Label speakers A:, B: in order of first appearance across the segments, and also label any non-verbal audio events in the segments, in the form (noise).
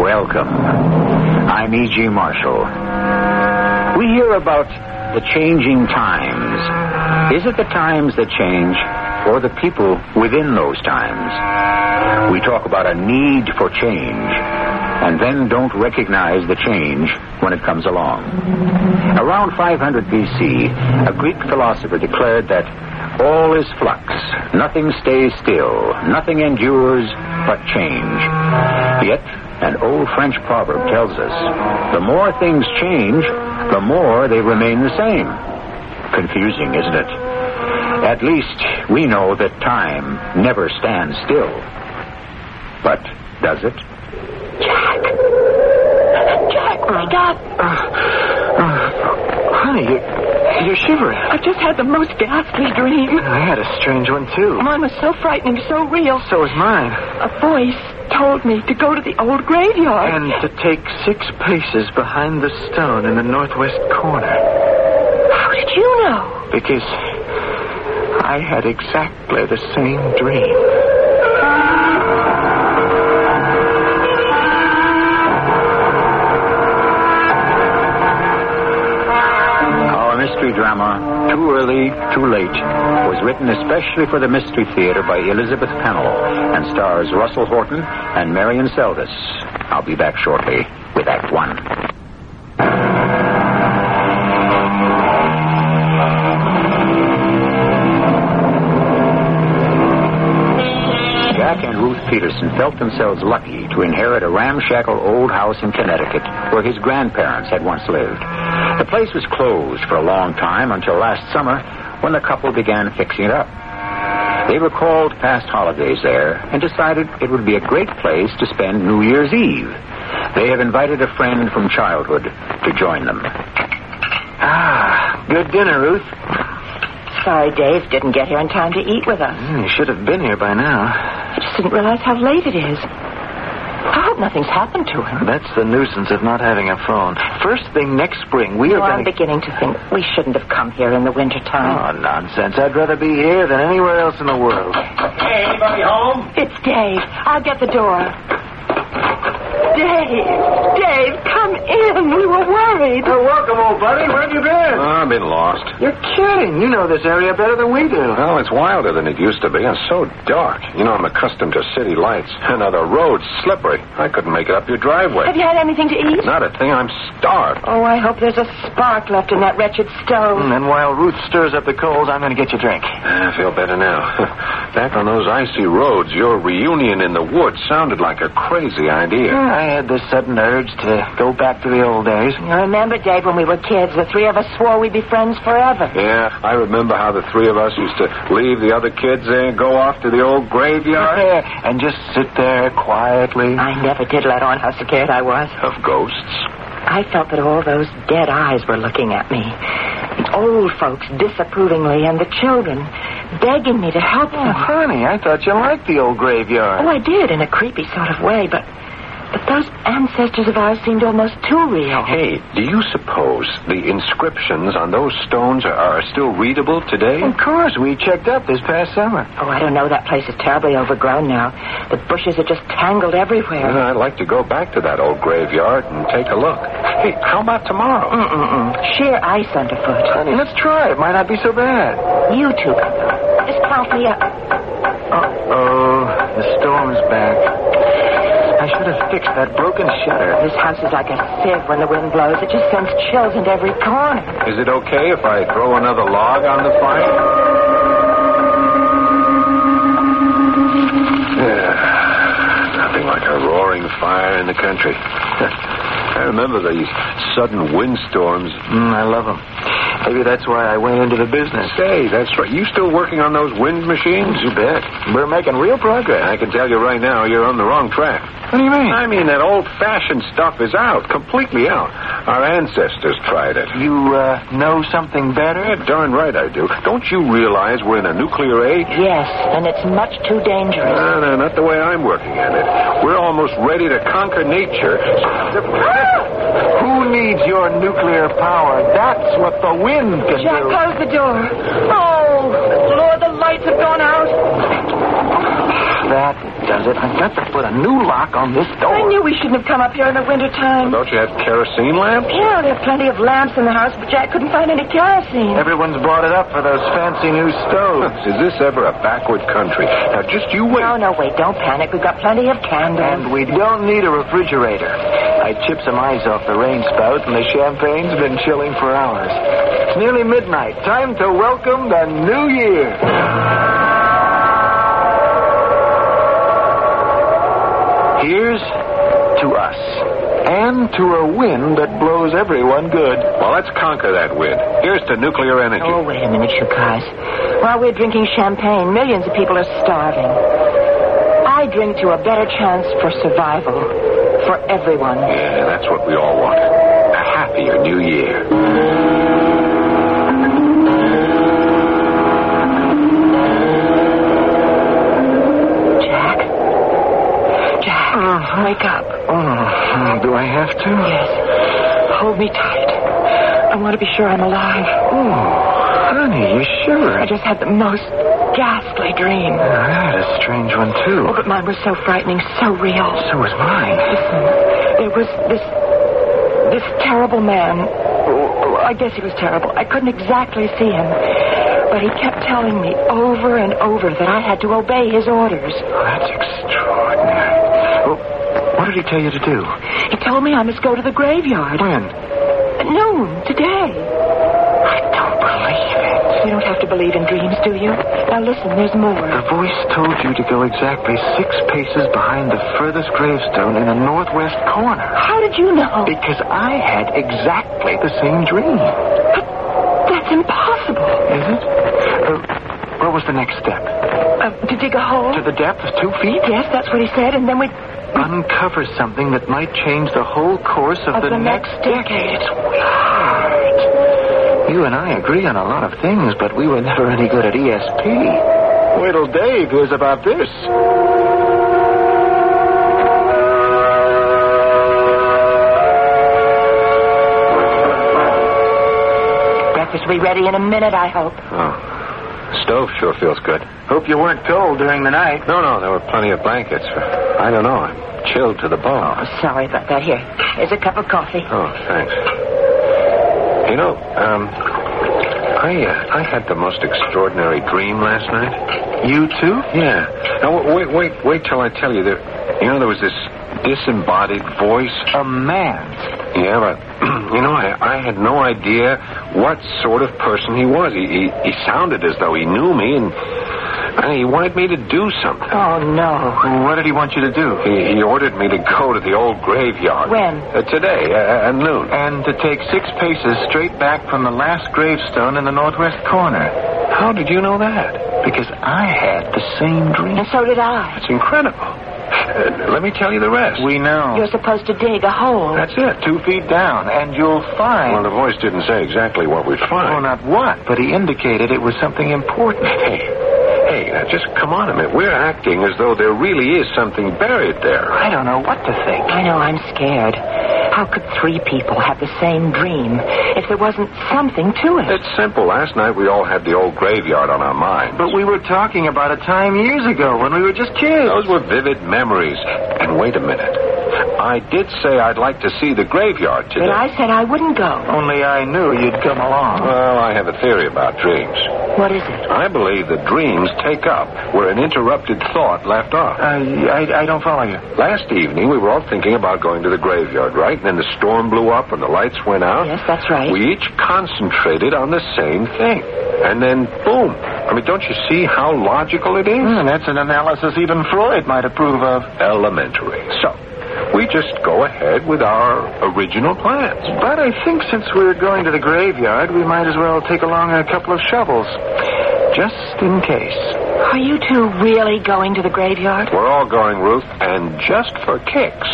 A: Welcome. I'm E.G. Marshall. We hear about the changing times. Is it the times that change or the people within those times? We talk about a need for change and then don't recognize the change when it comes along. Around 500 BC, a Greek philosopher declared that all is flux. Nothing stays still. Nothing endures but change. Yet, an old French proverb tells us the more things change, the more they remain the same. Confusing, isn't it? At least we know that time never stands still. But does it?
B: Jack! Jack, my God!
C: Uh, Honey, you're, you're shivering.
B: I just had the most ghastly dream.
C: I had a strange one, too.
B: Mine was so frightening, so real.
C: So was mine.
B: A voice told me to go to the old graveyard.
C: And to take six paces behind the stone in the northwest corner.
B: How did you know?
C: Because I had exactly the same dream.
A: Our mystery drama, Too Early, Too Late, was written especially for the Mystery Theater by Elizabeth Pennell and stars Russell Horton and Marion Seldes. I'll be back shortly with Act One. Jack and Ruth Peterson felt themselves lucky to inherit a ramshackle old house in Connecticut where his grandparents had once lived. The place was closed for a long time until last summer when the couple began fixing it up. They recalled past holidays there and decided it would be a great place to spend New Year's Eve. They have invited a friend from childhood to join them.
C: Ah, good dinner, Ruth.
B: Sorry, Dave didn't get here in time to eat with us.
C: Hmm, You should have been here by now.
B: I just didn't realize how late it is. I hope nothing's happened to him.
C: That's the nuisance of not having a phone. First thing next spring, we
B: You know,
C: are going
B: I'm
C: to...
B: beginning to think we shouldn't have come here in the wintertime.
C: Oh, nonsense. I'd rather be here than anywhere else in the world.
D: Hey, anybody home?
B: It's Dave. I'll get the door. Dave, Dave, come in. We were worried.
D: Well, welcome, old buddy. Where have you been?
E: I've been lost.
C: You're kidding. You know this area better than we do.
E: Well, it's wilder than it used to be, and so dark. You know, I'm accustomed to city lights. And now the road's slippery. I couldn't make it up your
B: Have
E: driveway.
B: you had anything to eat?
E: Not a thing. I'm starved.
B: Oh, I hope there's a spark left in that wretched stove.
C: Hmm, And while Ruth stirs up the coals, I'm going to get you a drink.
E: I feel better now. (laughs) Back on those icy roads, your reunion in the woods sounded like a crazy
B: Hmm.
E: idea.
C: I had this sudden urge to go back to the old days.
B: You remember, Dave, when we were kids, the three of us swore we'd be friends forever.
E: Yeah, I remember how the three of us used to leave the other kids there and go off to the old graveyard.
C: And just sit there quietly.
B: I never did let on how scared I was.
E: Of ghosts.
B: I felt that all those dead eyes were looking at me. The old folks disapprovingly, and the children begging me to help
C: Oh,
B: them.
C: honey, I thought you liked the old graveyard.
B: Oh, I did, in a creepy sort of way, but but those ancestors of ours seemed almost too real.
E: Hey, do you suppose the inscriptions on those stones are, are still readable today?
C: Of course, we checked up this past summer.
B: Oh, I don't know. That place is terribly overgrown now. The bushes are just tangled everywhere.
E: Uh-huh, I'd like to go back to that old graveyard and take a look. Hey, how about tomorrow? Hmm,
B: Mm-mm-mm. Sheer ice underfoot.
C: Honey, let's try. It might not be so bad.
B: You two, just count me up.
C: Oh, the storm's back. I should have fixed that broken shutter.
B: This house is like a sieve when the wind blows. It just sends chills into every corner.
E: Is it okay if I throw another log on the fire? Yeah, nothing like a roaring fire in the country. (laughs) I remember these sudden windstorms.
C: Mm, I love them. Maybe that's why I went into the business.
E: Say, that's right. You still working on those wind machines? You bet.
C: We're making real progress.
E: I can tell you right now, you're on the wrong track.
C: What do you mean?
E: (laughs) I mean, that old fashioned stuff is out, completely out. Our ancestors tried it.
C: You uh, know something
E: Yeah,
C: better?
E: darn right I do. Don't you realize we're in a nuclear age?
B: Yes, and it's much too dangerous.
E: No, no, not the way I'm working at it. We're almost ready to
C: (laughs)
E: conquer nature.
C: Who needs your nuclear power? That's what the wind can
B: Jack,
C: do.
B: close the door. Oh, Lord, the lights have gone out.
C: That does it. I've got to put a new lock on this door.
B: I knew we shouldn't have come up here in the wintertime.
E: Don't you have kerosene lamps?
B: Yeah, there are plenty of lamps in the house, but Jack couldn't find any kerosene.
C: Everyone's brought it up for those fancy new stoves.
E: (laughs) Is this ever a backward country? Now, just you wait.
B: No, no, wait, don't panic. We've got plenty of candles.
C: And we don't need a refrigerator. I chip some ice off the rain spout, and the champagne's been chilling for hours. It's nearly midnight. Time to welcome the new year. Here's to us. And to a wind that blows everyone good.
E: Well, let's conquer that wind. Here's to nuclear energy.
B: Oh, wait a minute, you guys. While we're drinking champagne, millions of people are starving. I drink to a better chance for survival for everyone.
E: Yeah, that's what we all want. A happier new year.
B: Jack? Jack, wake up.
C: Oh, do I have to?
B: Yes. Hold me tight. I want to be sure I'm alive.
C: Oh, honey, you
B: I
C: shivered.
B: just had the most ghastly dream.
C: I had a strange one, too.
B: Oh, but mine was so frightening, so real.
C: So was mine.
B: Listen, there was this this terrible man. Oh, I guess he was terrible. I couldn't exactly see him. But he kept telling me over and over that I had to obey his orders.
C: Oh, that's extraordinary. Oh, what did he tell you to do?
B: He told me I must go to the graveyard
C: When?
B: at noon today.
C: I don't believe it.
B: You don't have to believe in dreams, do you? Now listen, there's
C: The
B: more.
C: voice told you to go exactly six paces behind the furthest gravestone in the northwest corner.
B: How did you know?
C: Because I had exactly the same dream.
B: That's impossible.
C: Is it? Uh, what was the next step?
B: Uh, to dig a hole?
C: To the depth of two feet?
B: Yes, that's what he said, and then we
C: Uncover something that might change the whole course of,
B: of uh, the, next decade.
C: decade. You and I agree on a lot of things, but we were never any good at E ESP. Wait till Dave hears about this.
B: Breakfast will be ready in a minute, I hope.
E: Oh. Stove sure feels good.
C: Hope you weren't cold during the night.
E: No, no, there were plenty of blankets. I don't know. I'm chilled to the bone.
B: Oh, Sorry about that. Here, here's a cup of coffee.
E: Oh, thanks. You know, um, I uh, I had the most extraordinary dream last night.
C: You too?
E: Yeah. Now wa- wait, wait, wait till I tell you. There, you know, there was this disembodied voice.
C: A man.
E: Yeah, but (clears throat) you know, I, I had no idea what sort of person he was. He, he he sounded as though he knew me, and uh, he wanted me to do something.
B: Oh, no.
C: What did he want you to do?
E: He, he ordered me to go to the old graveyard.
B: When?
E: Uh, today, uh, at noon.
C: And to take six paces straight back from the last gravestone in the northwest corner.
E: How did you know that?
C: Because I had the same dream.
B: And so did I.
E: It's incredible. Uh, let me tell you the rest.
C: We know.
B: You're supposed to dig a hole.
E: That's it.
C: Two feet down, and you'll find.
E: Well, the voice didn't say exactly what we'd
C: Oh,
E: find.
C: not what, but he indicated it was something important.
E: Hey, hey, now just come on a minute. We're acting as though there really is something buried there.
C: I don't know what to think.
B: I know, I'm scared. How could three people have the same dream if there wasn't something to it?
E: It's simple. Last night we all had the old graveyard on our minds.
C: But we were talking about a time years ago when we were just kids.
E: Those were vivid memories. And wait a minute. I did say I'd like to see the graveyard
B: But
E: today.
B: I said I wouldn't go.
C: Only I knew you'd come along.
E: Well, I have a theory about dreams.
B: What is it?
E: I believe that dreams take up where an interrupted thought left off.
C: I, I, I don't follow you.
E: Last evening, we were all thinking about going to the graveyard, right? And then the storm blew up and the lights went out.
B: Yes, that's right.
E: We each concentrated on the same thing. And then, boom. I mean, don't you see how logical it is?
C: Hmm, that's an analysis even Freud might approve of.
B: Hmm.
E: Elementary. So, we just go ahead with our original plans.
C: But I think since we were going to the graveyard, we might as well take along a couple of shovels. Just in case.
B: Are you two really going to the graveyard?
E: We're all going, Ruth, and just for kicks,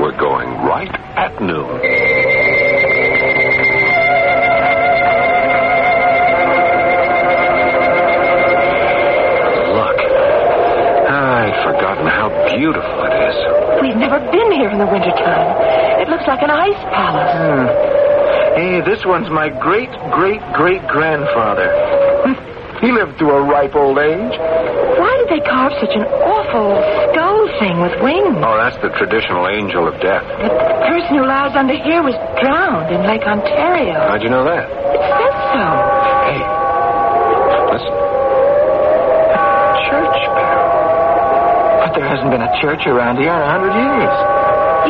E: we're going right at noon. Look. I'd forgotten how beautiful it is.
B: We've never been here in the wintertime. It looks like an ice palace.
C: Hmm. Hey, this one's my great, great, great grandfather. He lived to a ripe old age.
B: Why did they carve such an awful skull thing with wings?
E: Oh, that's the traditional angel of death.
B: The person who lies under here was drowned in Lake Ontario.
E: How'd you know that?
B: It says so.
E: Hey, listen.
C: Church bell. But there hasn't been a church around here in a hundred years.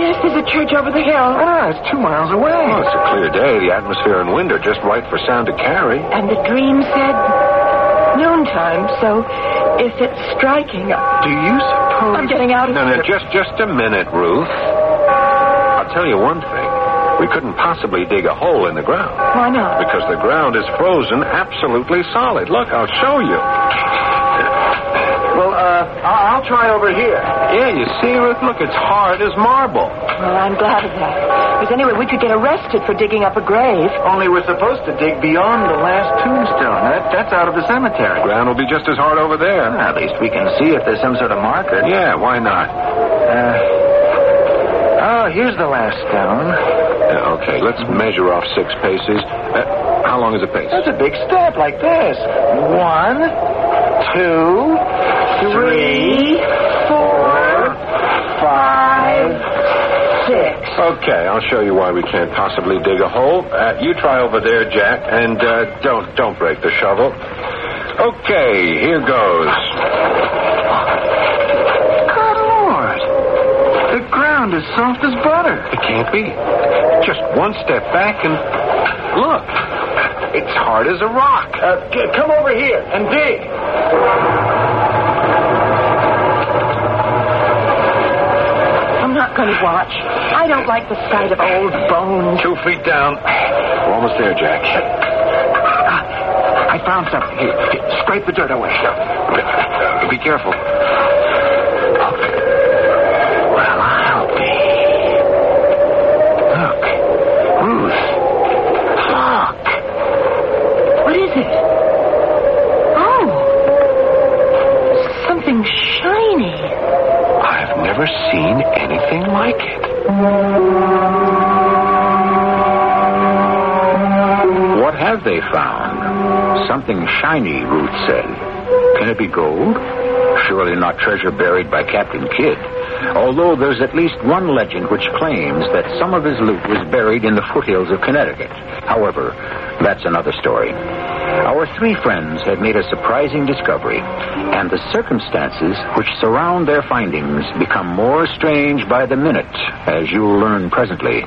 B: Yes, there's a church over the hill.
C: Ah, it's two miles
E: Well,
C: away.
E: it's a clear day. The atmosphere and wind are just right for sound to carry.
B: And the dream said noontime, so if it's striking,
C: Do you suppose?
B: I'm getting out of
E: No, no,
B: here.
E: just just a minute, Ruth. I'll tell you one thing. We couldn't possibly dig a hole in the ground
B: Why not?
E: because the ground is frozen absolutely solid. Look, I'll show you.
C: Well, uh, I- I'll try over here.
E: Yeah, you see, Ruth? Look, it's hard as marble.
B: Well, I'm glad of that. Because anyway, we could get arrested for digging up a grave.
C: Only we're supposed to dig beyond the last tombstone. That, that's out of the cemetery.
E: Ground will be just as hard over
C: Well,
E: there.
C: at least we can see if there's some sort of marker.
E: Yeah, why not?
C: Uh, oh, here's the last stone.
E: Yeah, Uh, okay, let's measure off six paces. Uh, how long is a pace?
C: That's a big step like this. One, two, three, four, five.
E: Okay, I'll show you why we can't possibly dig a hole. Uh, you try over there, Jack, and uh, don't don't break the shovel. Okay, here goes.
C: Good Lord. The ground is soft as butter.
E: It can't be. Just one step back and look. It's hard as a rock.
C: Uh, g- come over here and dig.
B: I'm not going to watch. I don't like the sight of old bones.
E: Two feet down. We're almost there, Jack.
C: I found something. Here, here, scrape the dirt away.
E: Be careful.
C: Well, I'll be. Look, Ruth. Look.
B: What is it? Oh! Something shiny.
E: I've never seen anything like it.
A: What have they found? Something shiny, Ruth said. Can it be gold? Surely not treasure buried by Captain Kidd. Although there's at least one legend which claims that some of his loot was buried in the foothills of Connecticut. However, that's another story. Our three friends had made a surprising discovery, and the circumstances which surround their findings become more strange by the minute, as you'll learn presently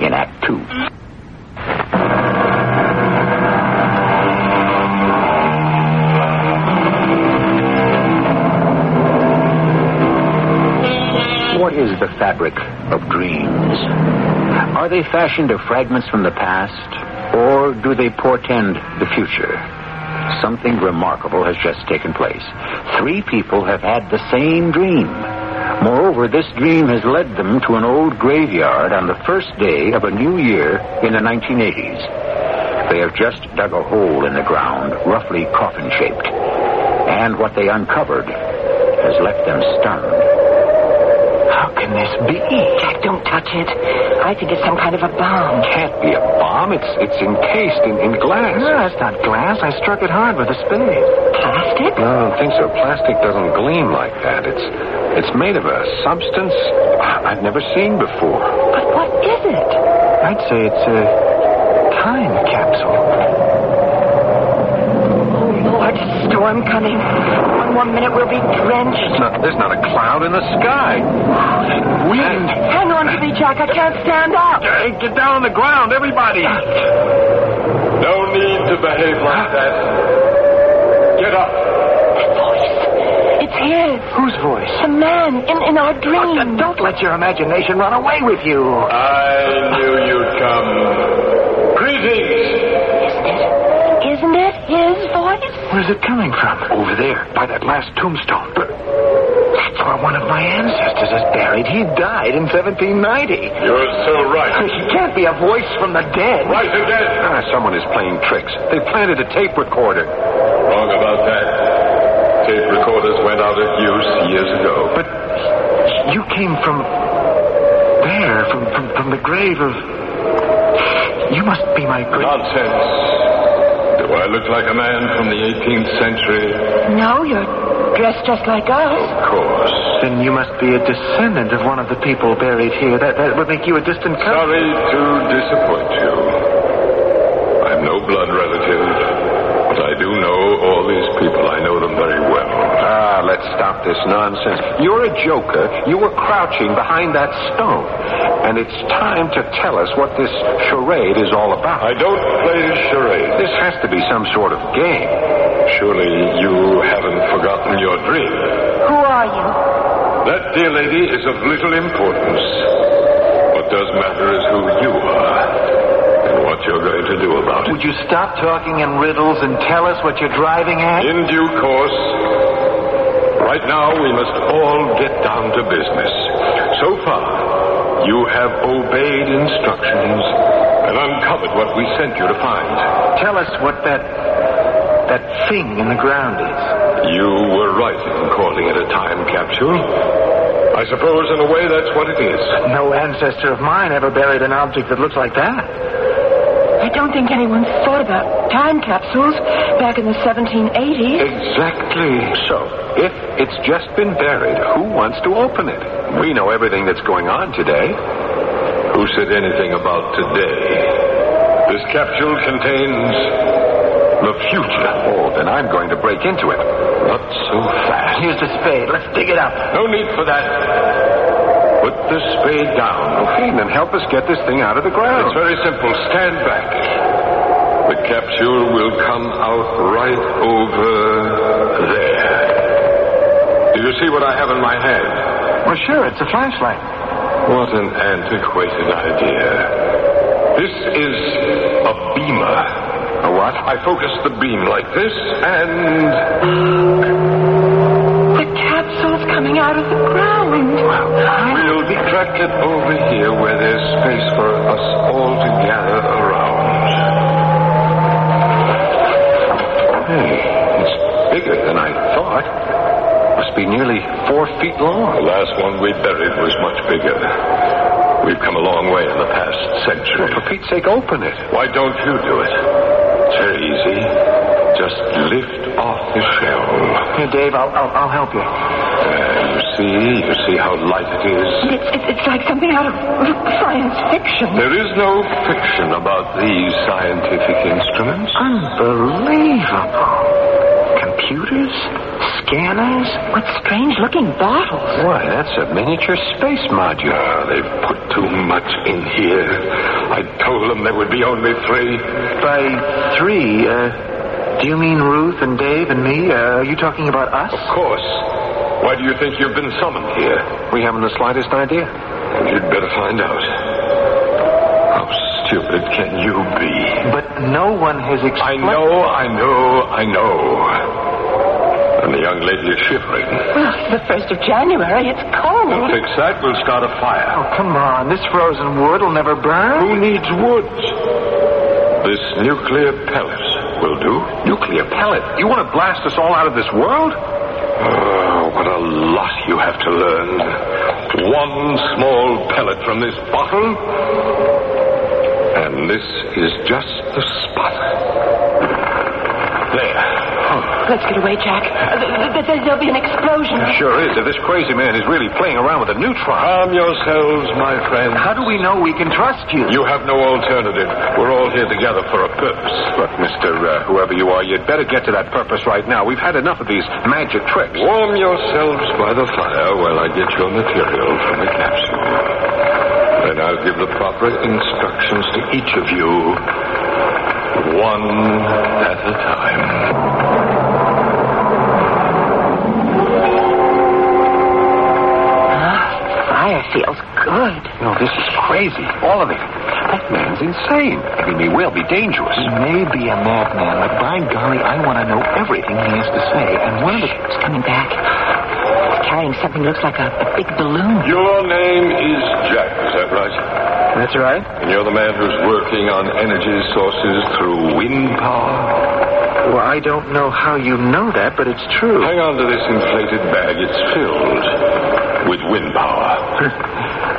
A: in Act Two. What is the fabric of dreams? Are they fashioned of fragments from the past, or do they portend the future? Something remarkable has just taken place. Three people have had the same dream. Moreover, this dream has led them to an old graveyard on the first day of a new year in the 1980s. They have just dug a hole in the ground, roughly coffin shaped. And what they uncovered has left them stunned.
C: How can this be?
B: Jack, don't touch it. I think it's some kind of a bomb.
E: Can't be a bomb. It's it's encased in, in glass.
C: No, it's not glass. I struck it hard with a spade.
B: Plastic?
E: No, I don't think so. Plastic doesn't gleam like that. It's it's made of a substance I've never seen before.
B: But what is it?
C: I'd say it's a time capsule.
B: Oh, Lord, storm coming. One more minute, we'll be drenched.
E: It's not, there's not a cloud in the sky. Wind.
B: Hang on to me, Jack. I can't stand up.
E: Hey, get down on the ground, everybody.
D: No need to behave like that. Get up.
B: It's his.
C: Whose voice?
B: The man in, in
D: Hmm.
B: our
D: uh,
B: dream.
C: Don't let your imagination run away with you.
D: I knew you'd come. Greetings.
B: Isn't it his voice?
C: Where's it coming from? Over there, by that last tombstone. But that's where one of my ancestors is buried. He died in 1790.
D: You're so right.
E: (laughs)
C: He can't be a voice from the dead.
D: Right again.
E: Ah, someone is playing tricks. They planted a tape recorder.
D: Wrong about that. Tape recorders went out of use years ago.
C: But you came from there, from, from, from the grave of. You must be my great.
D: Nonsense.
E: Do I look like a man from the 18th century?
D: No, you're dressed just like us.
E: Of course.
C: Then you must be a descendant of one of the people buried here. That, that would make you a distant cousin.
E: Sorry to disappoint you. I'm no blood relative, but I do know all these people. I know them very well.
A: Ah, let's stop this nonsense. You're a joker. You were crouching behind that stone. And it's time to tell us what this charade is all about.
E: I don't play charades.
A: This has to be some sort of game.
E: Surely you haven't forgotten your dream.
D: Who are you?
E: That, dear lady, is of little importance. What does matter is who you are and what you're going to do about it.
C: Would you stop talking in riddles and tell us what you're driving at?
E: In due course. Right now, we must all get down to business. So far, you have obeyed instructions and uncovered what we sent you to find.
C: Tell us what that that thing in the ground is.
E: You were right in calling it a time capsule. I suppose, in a way, that's what it is.
C: No ancestor of mine ever buried an object that looks like that.
D: I don't think anyone thought about time capsules back in the 1780s.
A: Exactly. So, if it's just been buried, who wants to open it? We know everything that's going on today.
E: Who said anything about today? This capsule contains the future.
A: Oh, then I'm going to break into it. Not so fast.
C: Here's the spade. Let's dig it up.
E: No need for that. Put the spade down.
A: Okay, then help us get this thing out of the ground.
E: It's very simple. Stand back. The capsule will come out right over there. Do you see what I have in my hand?
C: Well, sure, it's a flashlight.
E: What an antiquated idea. This is a beamer. A what? I focus the beam like this, and
D: The capsule's coming out of the ground.
E: we'll track it over here where there's space for us all to gather around.
A: Hey, it's bigger than I thought. Must be nearly four feet
E: The
A: long.
E: last one we buried was much bigger. We've come a long way in the past century.
A: For Pete's sake, open it.
E: Why don't you do it? It's very easy. Just lift off the shell.
C: Here, Dave, I'll, I'll, I'll help you.
E: There, you see? You see how light it is?
D: It's, it's, it's like something out of science fiction.
E: There is no fiction about these scientific instruments.
C: Unbelievable. Computers? Scanners?
D: What strange looking bottles.
A: Why, that's a miniature space module.
E: Ah, they've put too much in here. I told them there would be only three.
C: By three, uh, do you mean Ruth and Dave and me? Uh, are you talking about us?
E: Of course. Why do you think you've been summoned here?
A: We haven't the slightest idea.
E: You'd better find out. How stupid can you be?
C: But no one has explained.
E: I know, I know, I know. And the young lady is shivering.
D: Well, it's the 1st of January. It's
E: We'll
D: cold.
E: fix that. We'll start a fire.
C: Oh, come on. This frozen wood will never burn.
E: Who needs wood? This nuclear pellet will do.
A: Nuclear pellet? You want to blast us all out of this world?
E: Oh, what a lot you have to learn. One small pellet from this bottle. And this is just the spot. There. Oh,
D: Let's get away, Jack. Uh, th- th- th- There'll be an explosion.
A: Sure is, if this crazy man is really playing around with a neutron.
E: Calm yourselves, my friends.
C: How do we know we can trust you?
E: You have no alternative. We're all here together for a purpose.
A: Look, Mr. Uh, whoever you are, you'd better get to that purpose right now. We've had enough of these magic tricks.
E: Warm yourselves by the fire while I get your material from the capsule. Then I'll give the proper instructions to each of you, one at a time.
B: Ah,
D: Fire feels good.
A: No, this is crazy. All of it. That man's insane. I mean, he will be dangerous.
C: He may be a madman, but by golly, I want to know everything he has to say. And one of the.
D: It's coming back. It's carrying something that looks like a, a big balloon.
E: Your name is Jack, is that right?
C: That's right.
E: And you're the man who's working on energy sources through wind power?
C: Well, I don't know how you know that, but it's true.
E: Hang on to this inflated bag. It's filled with wind power.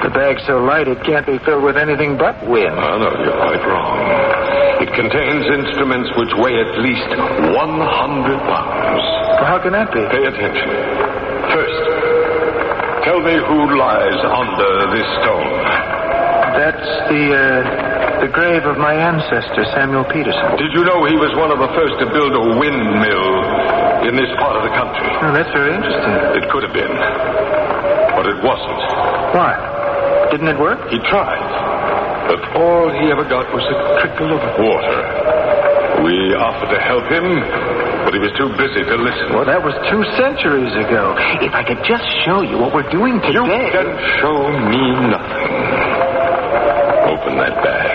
C: the bag's so light it can't be filled with anything but wind.
E: Oh, no, you're Ah, quite wrong. It contains instruments which weigh at least 100 pounds.
C: How can that be?
E: Pay attention. First, tell me who lies under this stone.
C: That's the uh, the grave of my ancestor, Samuel Peterson.
E: Did you know he was one of the first to build a windmill in this part of the country?
C: Oh, that's very interesting.
E: It could have been, but it wasn't.
C: Why? Didn't it work?
E: He tried, but all he ever got was a trickle of water. We offered to help him, but he was too busy to listen.
C: Well, that was two centuries ago. If I could just show you what we're doing today.
E: You can show me nothing. Open that bag.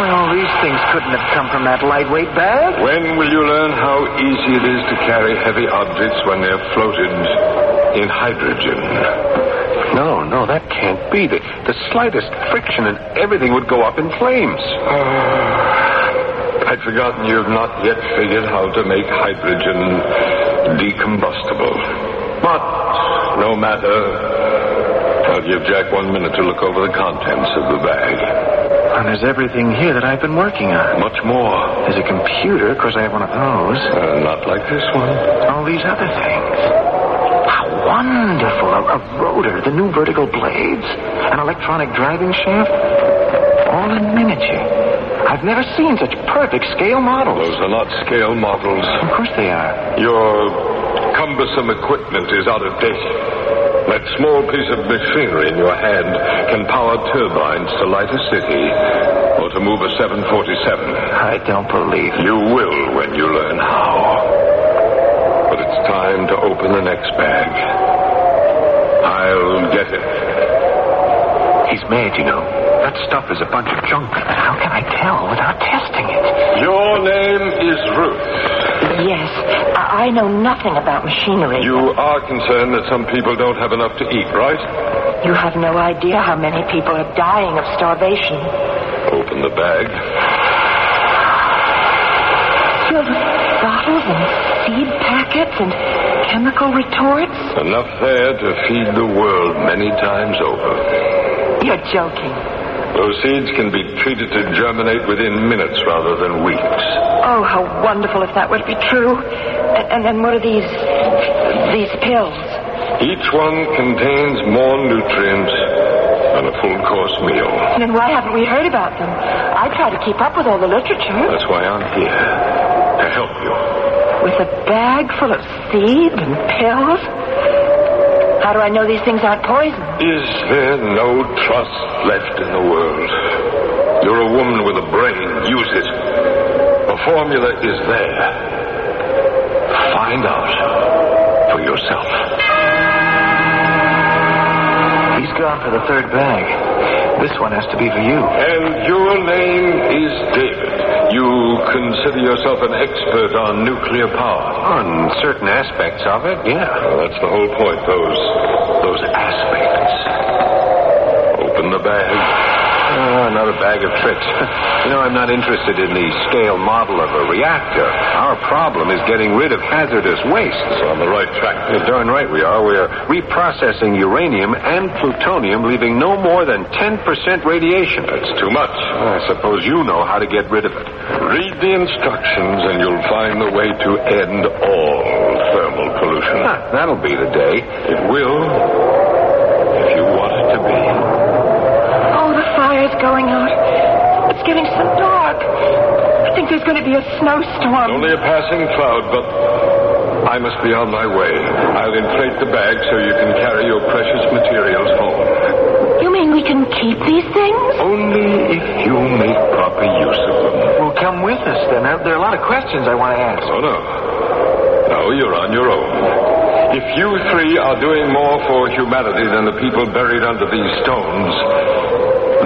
C: Well, these things couldn't have come from that lightweight bag.
E: When will you learn how easy it is to carry heavy objects when they're floated in hydrogen?
F: No, no, that can't be. The, the slightest friction and everything would go up in flames.
E: I'd forgotten you've not yet figured how to make hydrogen decombustible. But no matter. I'll give Jack one minute to look over the contents of the bag.
C: And there's everything here that I've been working on.
E: Much more.
C: There's a computer, of course, I have one of those.
E: Uh, not like this one.
C: All these other things. How wonderful. A, a rotor, the new vertical blades, an electronic driving shaft, all in miniature. I've never seen such perfect scale models.
E: Those are not scale models.
C: Of course they are.
E: Your cumbersome equipment is out of date. That small piece of machinery in your hand can power turbines to light a city or to move a 747.
C: I don't believe it.
E: You will when you learn how. But it's time to open the next bag. I'll get it.
F: He's mad, you know. That stuff is a bunch of junk.
B: How can I tell without testing it?
E: Your name is Ruth.
B: Yes, I, I know nothing about machinery.
E: You are concerned that some people don't have enough to eat, right?
B: You have no idea how many people are dying of starvation.
E: Open the bag.
B: Silver bottles and seed packets and chemical retorts?
E: Enough there to feed the world many times over.
B: You're joking.
E: Those seeds can be treated to germinate within minutes rather than weeks.
B: Oh, how wonderful if that would be true. And, and then what are these these pills?
E: Each one contains more nutrients than a full course meal.
B: And then why haven't we heard about them? I try to keep up with all the literature.
E: That's why I'm here, to help you.
B: With a bag full of seed and pills? How do I know these things aren't poison?
E: Is there no trust left in the world? You're a woman with a brain. Use it. A formula is there. Find out for yourself.
C: He's gone for the third bag. This one has to be for you.
E: And your name is David. You consider yourself an expert on nuclear power.
F: On certain aspects of it, yeah.
E: Well, that's the whole point, those those aspects. Open the bag.
F: Oh, another bag of tricks. (laughs) you know, I'm not interested in the scale model of a reactor. Our problem is getting rid of hazardous wastes.
E: It's on the right track.
F: You're darn right we are. We're reprocessing uranium and plutonium, leaving no more than 10% radiation.
E: That's too much.
F: I suppose you know how to get rid of it.
E: Read the instructions and you'll find the way to end all thermal pollution.
F: Huh, Ah, that'll be the day.
E: It will if you want it to be.
F: Um,
B: Oh, the fire's going out. It's getting so dark. I think there's going to be a snowstorm.
E: Only a passing cloud, but I must be on my way. I'll inflate the bag so you can carry your precious materials home.
B: You mean we can keep these things?
E: (laughs)
D: (laughs)
E: Only if you make proper use of them.
C: Well, come with us then. There there are a lot of questions I want to ask.
E: Oh, no. Now you're on your own. If you three are doing more for humanity than the people buried under these stones,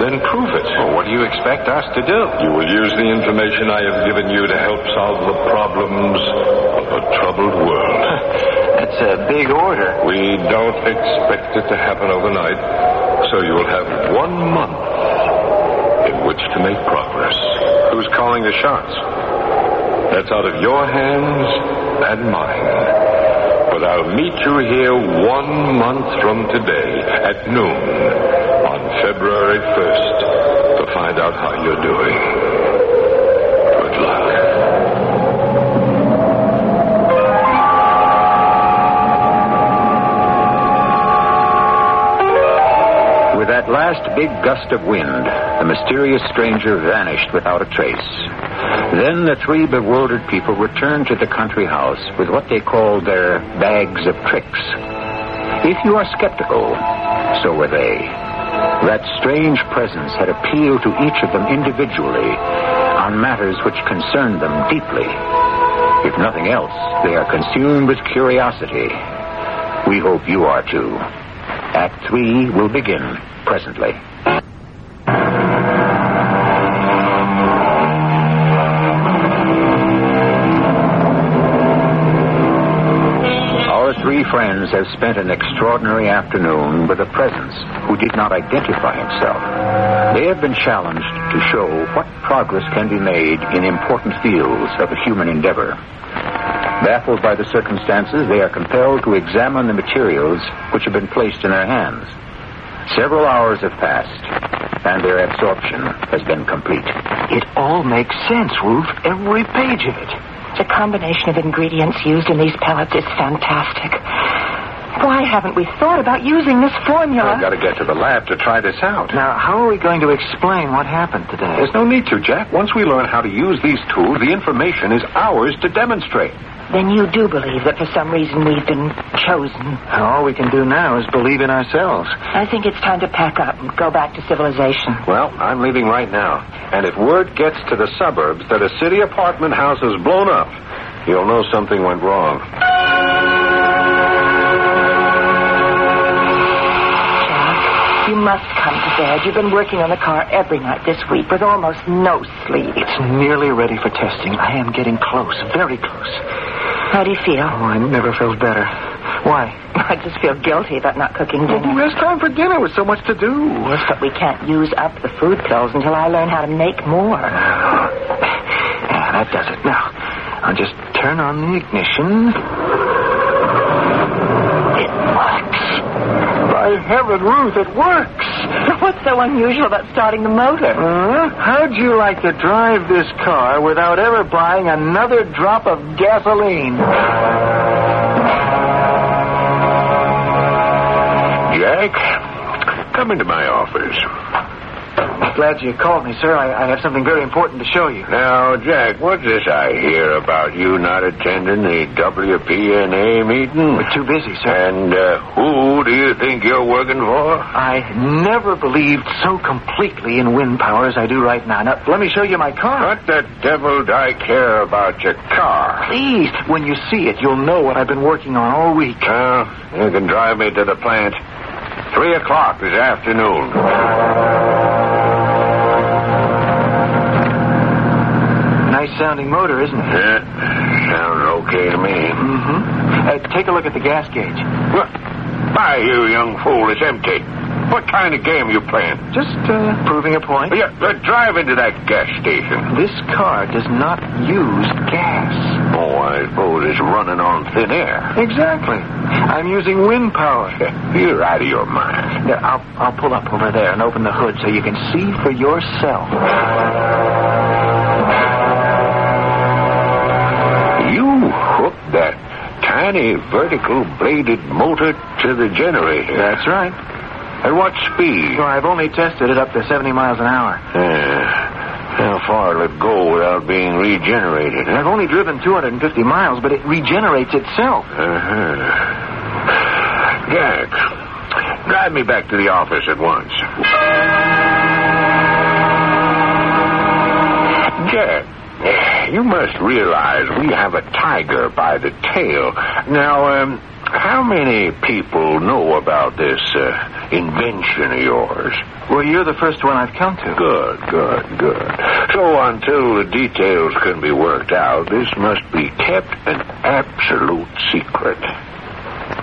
E: then prove it.
F: Well, what do you expect us to do?
E: You will use the information I have given you to help solve the problems of a troubled world.
F: (laughs)
C: That's a big order.
E: We don't expect it to happen overnight, so you will have one month in which to make progress.
F: Who's calling the shots?
E: That's out of your hands and mine. But I'll meet you here one month from today at noon on
D: February 1st to find out how you're doing. Good luck.
A: With that last big gust of wind, the mysterious stranger vanished without a trace. Then the three bewildered people returned to the country house with what they called their bags of tricks. If you are skeptical, so were they. That strange presence had appealed to each of them individually on matters which concerned them deeply. If nothing else, they are consumed with curiosity. We hope you are too. Act three will begin presently. Our three friends have spent an extraordinary afternoon with a presence who did not identify himself. They have been challenged to show what progress can be made in important fields of the human endeavor. Baffled by the circumstances, they are compelled to examine the materials which have been placed in their hands. Several hours have passed, and their absorption has been complete.
C: It all makes sense, Ruth. Every page of it.
B: The combination of ingredients used in these pellets is fantastic. Why haven't we thought about using this formula?
E: I've got to get to the lab to try this out.
C: Now, Uh, how are we going to explain what happened today?
E: There's no need to, Jack. Once we learn how to use these tools, the information is ours to demonstrate.
B: Then you do believe that for some reason we've been chosen.
C: All we can do now is believe in ourselves.
B: I think it's time to pack up and go back to civilization.
E: Well, I'm leaving right now. And if word gets to the suburbs that a city apartment house is blown up, you'll know something went wrong.
B: Jack, you must come to bed. You've been working on the car every night this week with almost no sleep.
C: It's nearly ready for testing. I am getting close, very close.
B: How do you
C: Oh,
B: feel? (laughs)
C: I never felt better. Why?
B: I just feel guilty about not cooking dinner.
C: There's time for dinner with so much to do.
B: Yes, but we can't use up the food pills until I learn how to make more.
C: (sighs) Yeah, that does it. Now, I'll just turn on the ignition. It works. By heaven, Ruth, it works.
B: (laughs) What's so unusual about starting the motor?
C: Huh? How'd you like to drive this car without ever buying another drop of gasoline?
E: Jack, come into my office.
C: Glad you called me, sir. I, I have something very important to show you.
E: Now, Jack, what's this I hear about you not attending the WPNA meeting?
C: We're too busy, sir.
E: And uh, who do you think you're working for?
C: I never believed so completely in wind power as I do right now. Now, let me show you my car.
E: What the devil do I care about your car?
C: Please, when you see it, you'll know what I've been working on all week.
E: Well, you can drive me to the plant. Three o'clock this afternoon.
C: Nice sounding motor, isn't it?
E: Yeah, sounds okay to me.
C: Mm-hmm. Uh, take a look at the gas gauge.
E: Look, by you young fool, it's empty. What kind of game you playing?
C: Just uh, proving a point.
E: Yeah, uh, drive into that gas station.
C: This car does not use gas.
E: Oh, I suppose it's running on thin air. (laughs)
C: Exactly. I'm using wind power.
E: You're out of your mind.
C: Now, I'll, I'll pull up over there and open the hood so you can see for yourself.
E: You hooked that tiny vertical bladed motor to the generator.
C: That's right.
E: At what speed?
C: Well, I've only tested it up to 70 miles an hour.
E: Yeah. How far will it go without being regenerated?
C: And I've only driven 250 miles, but it regenerates itself.
E: Uh-huh. Jack, drive me back to the office at once. Jack, you must realize we have a tiger by the tail. Now, um, how many people know about this uh, invention of yours?
C: Well, you're the first one I've come to.
E: Good, good, good. So until the details can be worked out, this must be kept an absolute secret.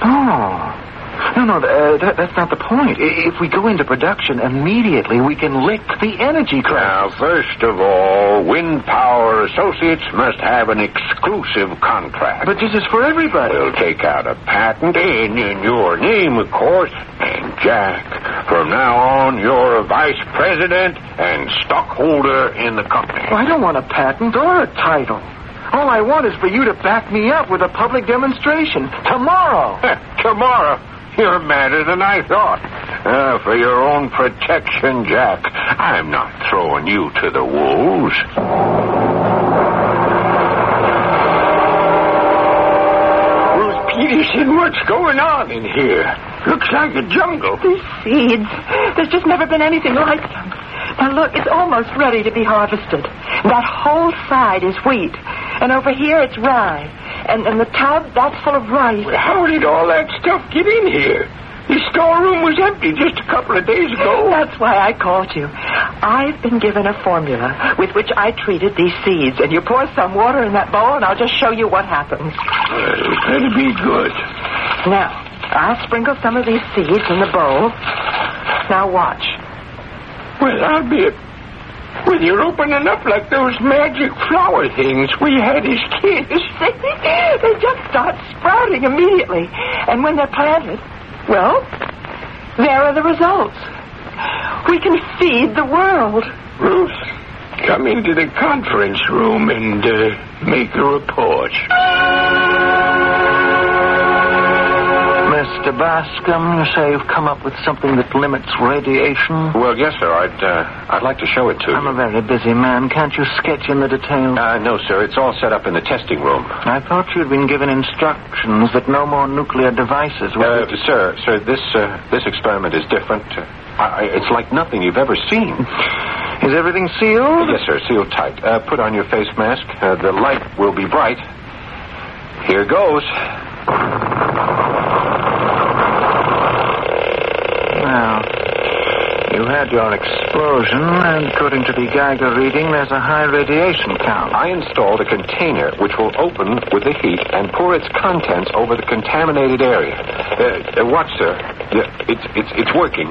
C: Oh. No, no, uh, that, that's not the point. I- If we go into production immediately, we can lick the energy crowd.
E: Now, first of all, Wind Power Associates must have an exclusive contract.
C: But this is for everybody.
E: We'll take out a patent in, in your name, of course. And, Jack, From now on, you're a vice president and stockholder in the company.
C: Well, I don't want a patent or a title. All I want is for you to back me up with a public demonstration tomorrow.
E: (laughs) Tomorrow. You're madder than I thought. Uh, for your own protection, Jack, I'm not throwing you to the wolves. Ruth Peterson, what's going on in here? Looks like a jungle.
B: These seeds. There's just never been anything like them. Now look, it's almost ready to be harvested. That whole side is wheat. And over here it's rye. And, and the tub, that's full of rice.
E: How did all that stuff get in here? The storeroom was empty just a couple of days ago.
B: That's why I called you. I've been given a formula with which I treated these seeds. And you pour some water in that bowl, and I'll just show you what happens.
E: That'd be good.
B: Now, I'll sprinkle some of these seeds in the bowl. Now watch.
E: Well, I'll be. Well, you're opening up like those magic flower things we had as kids.
B: (laughs) they just start sprouting immediately. And when they're planted, well, there are the results. We can feed the world.
E: Ruth, come into the conference room and uh, make a report.
C: Mr. Bascom, you say you've come up with something that limits radiation?
E: Well, yes, sir. I'd uh, I'd like to show it to
C: I'm a very busy man. Can't you sketch in the details?
E: Uh, no, sir. It's all set up in the testing room.
C: I thought you'd been given instructions that no more nuclear devices were.
E: Uh, sir, sir, this uh, this experiment is different. Uh, I, I- it's like nothing you've ever seen. Uh,
C: Is everything sealed?
E: yes, sir. Seal tight. Uh, put on your face mask. Uh, the light will be bright. Here goes.
C: Well, you had your explosion, and according to the Geiger reading, there's a high radiation count.
E: I installed a container which will open with the heat and pour its contents over the contaminated area. Uh, uh, watch, sir. Yeah, it's it's it's working.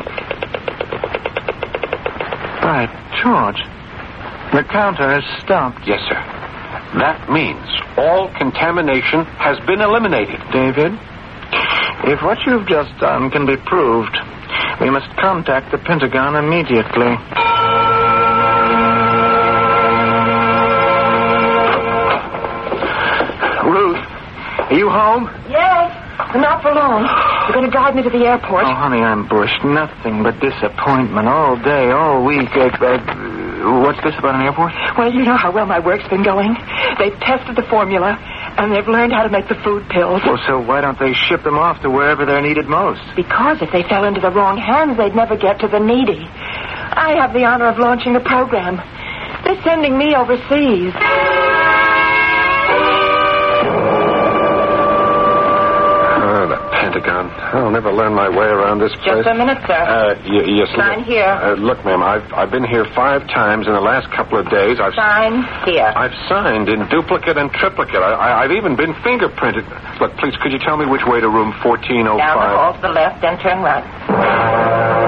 C: By George, the counter has stopped.
E: Yes, sir. That means all contamination has been eliminated.
C: David, if what you've just done can be proved, we must contact the Pentagon immediately.
E: Ruth, are you home?
B: Yes, but not for long. You're going to drive me to the airport.
C: Oh, honey, I'm bushed. Nothing but disappointment all day, all week. Uh, uh, what's this about an airport?
B: Well, you know how well my work's been going. They've tested the formula, and they've learned how to make the food pills.
C: Well, so why don't they ship them off to wherever they're needed most?
B: Because if they fell into the wrong hands, they'd never get to the needy. I have the honor of launching the program. They're sending me overseas.
E: Oh, the Pentagon. I'll never learn my way around this place.
B: Just a minute, sir.
E: Uh, y- yes,
B: Sign
E: look-
B: here.
E: Uh, look, ma'am, I've, I've been here five times in the last couple of days. I've
B: Sign here.
E: I've signed in duplicate and triplicate. I, I, I've even been fingerprinted. Look, please, could you tell me which way to room 1405?
B: Down the hall to the left and turn right.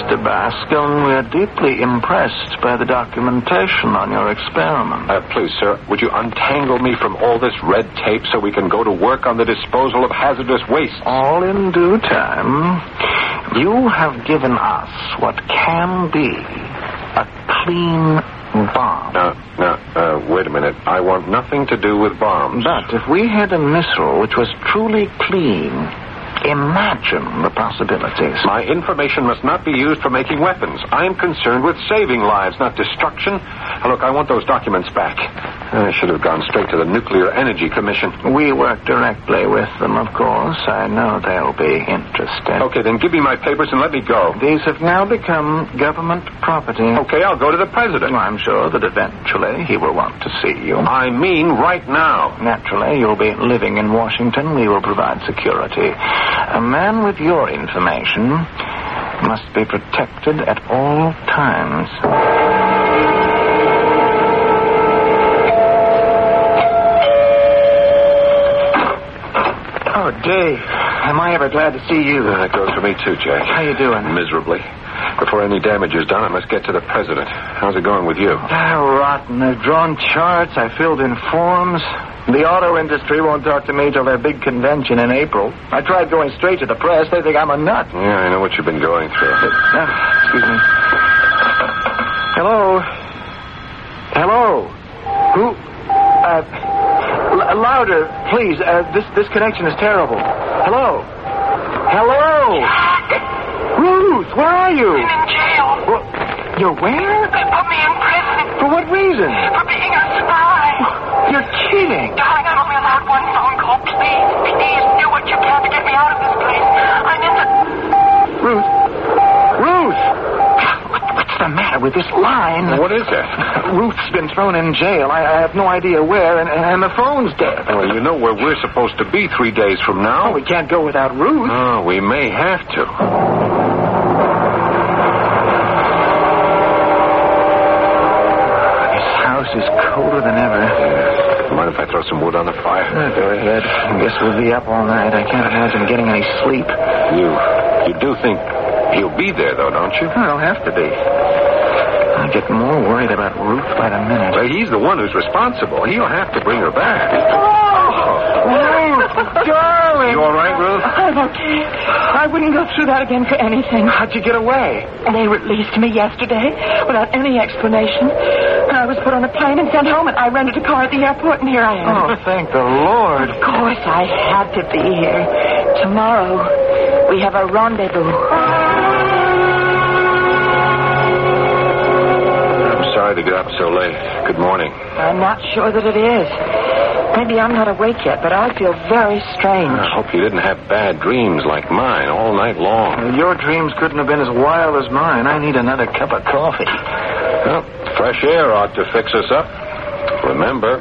C: Mr. Bascom, we're deeply impressed by the documentation on your experiment.
E: Uh, please, sir, would you untangle me from all this red tape so we can go to work on the disposal of hazardous waste?
C: All in due time, you have given us what can be a clean bomb.
E: No, no, uh, wait a minute. I want nothing to do with bombs.
C: But if we had a missile which was truly clean, imagine the possibilities.
E: My information must not be used for making weapons. I am concerned with saving lives, not destruction. Uh, Look, I want those documents back. Uh, I should have gone straight to the Nuclear Energy Commission.
C: We work directly with them, of course. I know they'll be interested.
E: Okay, then give me my papers and let me go.
C: These have now become government property. Oh,
E: Okay, I'll go to the president.
C: I'm sure that eventually he will want to see you.
E: I mean right now.
C: Naturally, you'll be living in Washington. We will provide security. A man with your information must be protected at all times. Oh, Dave, am I ever glad to see you? uh,
E: That goes for me too, Jack.
C: How you doing?
E: Miserably. Before any damage is done, I must get to the president. How's it going with you?
C: Ah, rotten. I've drawn charts. I filled in forms. The auto industry won't talk to me till their big convention in April. I tried going straight to the press. They think I'm a nut.
E: Yeah, I know what you've been going
C: (laughs)
E: through.
C: Uh, excuse me. Hello? Hello? Who? Uh, l- louder, please. Uh, this, this connection is terrible. Hello? Hello? Ruth, where are you?
D: I'm in jail.
C: Well, you're where?
D: They put me in prison
C: For what reason?
D: for being a spy.
C: You're kidding.
D: Darling, I'm only allowed one phone call. Please, please do what you can to get me out of this place. I'm in the...
C: Ruth. Ruth! What, what's the matter with this line?
E: What is that?
C: Ruth's been thrown in jail. I, I have no idea where, and, and the phone's dead.
B: Well, you know where we're supposed to be three days
C: Oh,
B: from now.
C: we can't go without Ruth.
B: Oh, we may have to.
C: Oh, This house is colder than ever.
B: Mind if I throw some wood on the fire?
C: Go ahead. Guess we'll be up all night. I can't imagine getting any sleep.
B: You, you do think he'll be there, though, don't
C: (laughs)
B: you?
C: I'll have to be. I get more worried about Ruth by the minute.
B: Well, he's the one who's responsible. He'll have to bring her
C: Oh,
B: back.
D: Ruth, darling.
B: You all right, Ruth?
D: I'm okay. I wouldn't go through that again for anything.
C: How'd you get away?
D: They released me yesterday without any explanation. I was put on a plane and sent home, and I rented a car at the airport, and here I am.
C: Oh, thank the Lord.
D: Of course, I had to be here. Tomorrow, we have a rendezvous.
C: Uh,
B: I'm sorry to get up so late. Good morning.
D: I'm not sure that it is. Maybe I'm not awake yet, but I feel very strange.
B: I hope you didn't have bad dreams like mine all night long.
C: Your dreams couldn't have been as wild as mine. I need another cup of coffee.
B: Well, fresh air ought to fix us up. Remember,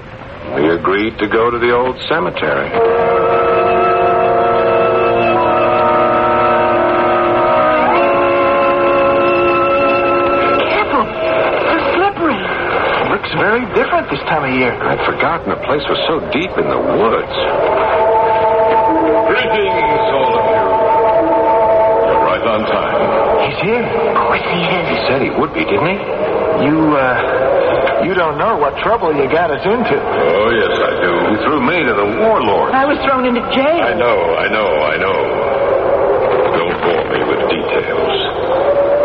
B: we agreed to go to the old cemetery.
D: Careful! They're slippery.
C: Looks very different this time of year.
B: I'd forgotten the place was so deep in the woods.
E: Greetings, all of you. You're right on time.
C: He's here.
D: Of course he is.
B: He said he would be, didn't he?
C: You, uh, you don't know what trouble you got us into.
E: Oh, yes, I do.
B: You threw me to the warlord.
D: I was thrown into
E: I
D: jail.
E: know, I know, I know. Don't bore me with details.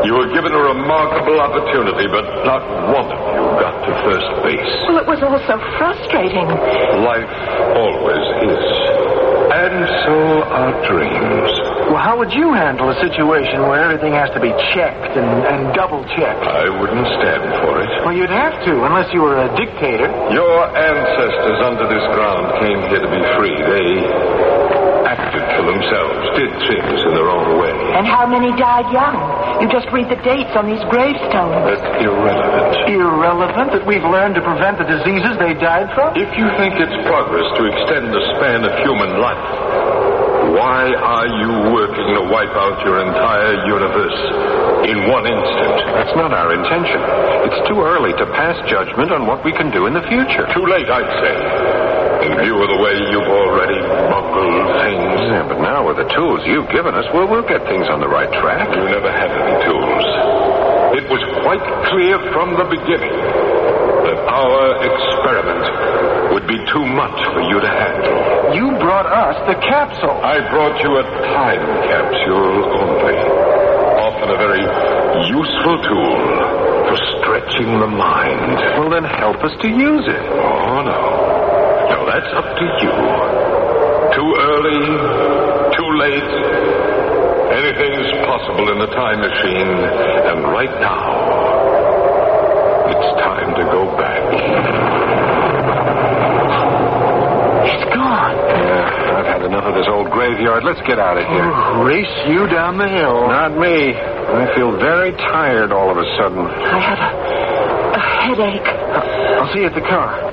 E: You were given a remarkable opportunity, but not one of you got to first base.
D: Well, it was all so frustrating.
E: Life always is. And so are dreams.
C: Well, how would you handle a situation where everything has to be checked and, and double checked?
E: I wouldn't stand for it.
C: Well, you'd have to, unless you were a dictator.
E: Your ancestors under this ground came here to be free. They acted for themselves, did things in their own way.
D: And how many died young? You just read the dates on these gravestones.
E: That's irrelevant.
C: Irrelevant that we've learned to prevent the diseases they died from?
E: If you think it's progress to extend the span of human life, why are you working to wipe out your entire universe in one instant?
B: That's not our intention. It's too early to pass judgment on what we can do in the future.
E: Too late, I'd say. In view of the way you've already bungled things,
B: Yeah, but now with the tools you've given us, well, we'll get things on the right track.
E: You never had any tools. It was quite clear from the beginning that our experiment would be too much for you to handle.
C: You brought us the capsule.
E: I brought you a time capsule only. Often a very useful tool for stretching the mind.
B: Well, then help us to use it.
E: Oh, no. No, that's up to you. Too early, too late. Anything's possible in the time machine, and right now, it's time to go back.
D: He's gone.
B: Yeah, I've had enough of this old graveyard. Let's get out of here.
C: Race you down the hill.
B: Not me. I feel very tired all of a sudden.
D: I have a, a headache.
C: I'll see you at the car.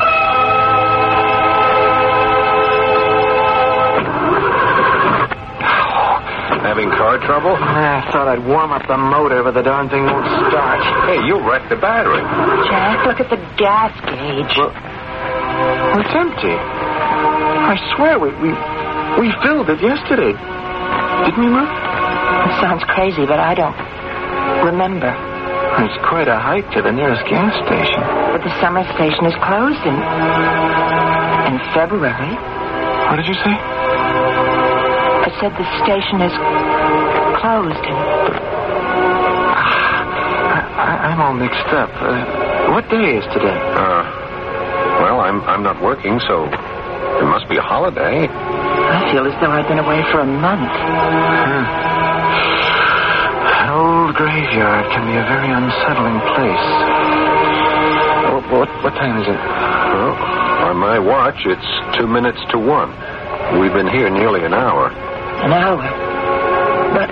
B: Having car trouble?
C: Ah, I thought I'd warm up the motor, but the darn thing won't start.
B: Hey, you wrecked the battery.
D: Jack, look at the gas gauge.
C: Well, it's empty. I swear we we, we filled it yesterday. Didn't we, Ruth?
D: It sounds crazy, but I don't remember.
C: It's quite a hike to the nearest gas station.
D: But the summer station is closed, and and
B: in February.
C: What did you say?
B: I said the station is closed and
C: I, I'm all mixed up. Uh, what day is today?
E: Uh, well, I'm, I'm not working, so it must be a holiday.
B: I feel as though I've been away for a month.
C: An Hmm. old graveyard can be a very unsettling place. What, what, what time is it? Oh,
E: Well, on my watch, it's two minutes to one. We've been here nearly an hour.
B: An hour. But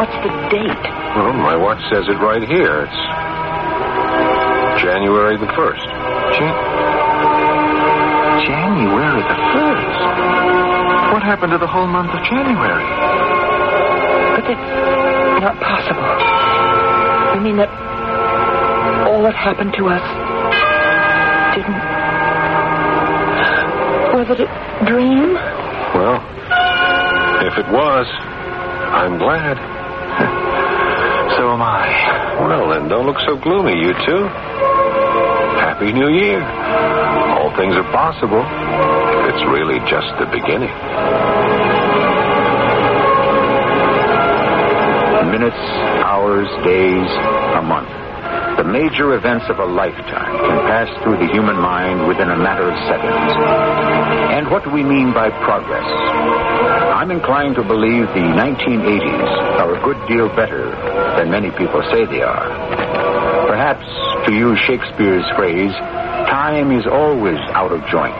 B: what's the date?
E: Well, my watch says it right here. It's January the 1st.
C: Jan- January the 1st. What happened to the whole month of January?
B: But that's not possible. You mean that all that happened to us didn't. Was it a dream?
E: Well, if it was, I'm glad.
C: So am I.
E: Well, then, don't look so gloomy, you two. Happy New Year. All things are possible. It's really just the beginning.
A: Minutes, hours, days, a month. The major events of a lifetime can pass through the human mind within a matter of seconds. And what do we mean by progress? I'm inclined to believe the 1980s are a good deal better than many people say they are. Perhaps, to use Shakespeare's phrase, time is always out of joint.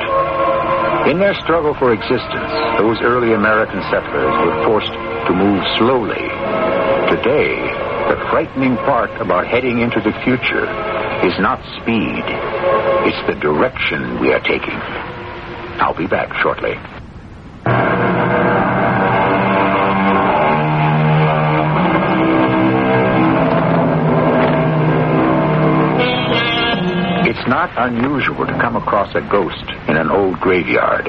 A: In their struggle for existence, those early American settlers were forced to move slowly. Today, the frightening part about heading into the future is not speed, it's the direction we are taking. I'll be back shortly. It's not unusual to come across a ghost in an old graveyard,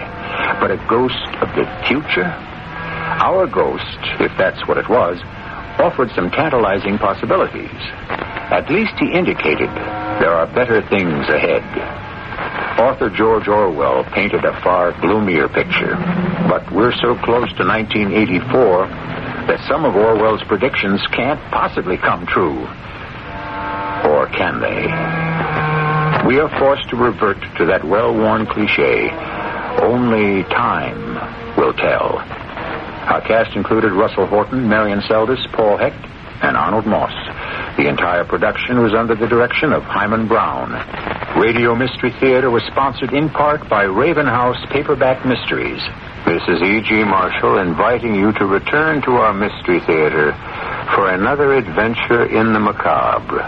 A: but a ghost of the future? Our ghost, if that's what it was, offered some tantalizing possibilities. At least he indicated there are better things ahead. Author George Orwell painted a far gloomier picture, but we're so close to 1984 that some of Orwell's predictions can't possibly come true. Or can they? We are forced to revert to that well worn cliche only time will tell. Our cast included Russell Horton, Marion Seldes, Paul Hecht, and Arnold Moss. The entire production was under the direction of Hyman Brown. Radio Mystery Theater was sponsored in part by Raven House Paperback Mysteries. This is E.G. Marshall inviting you to return to our Mystery Theater for another adventure in the macabre.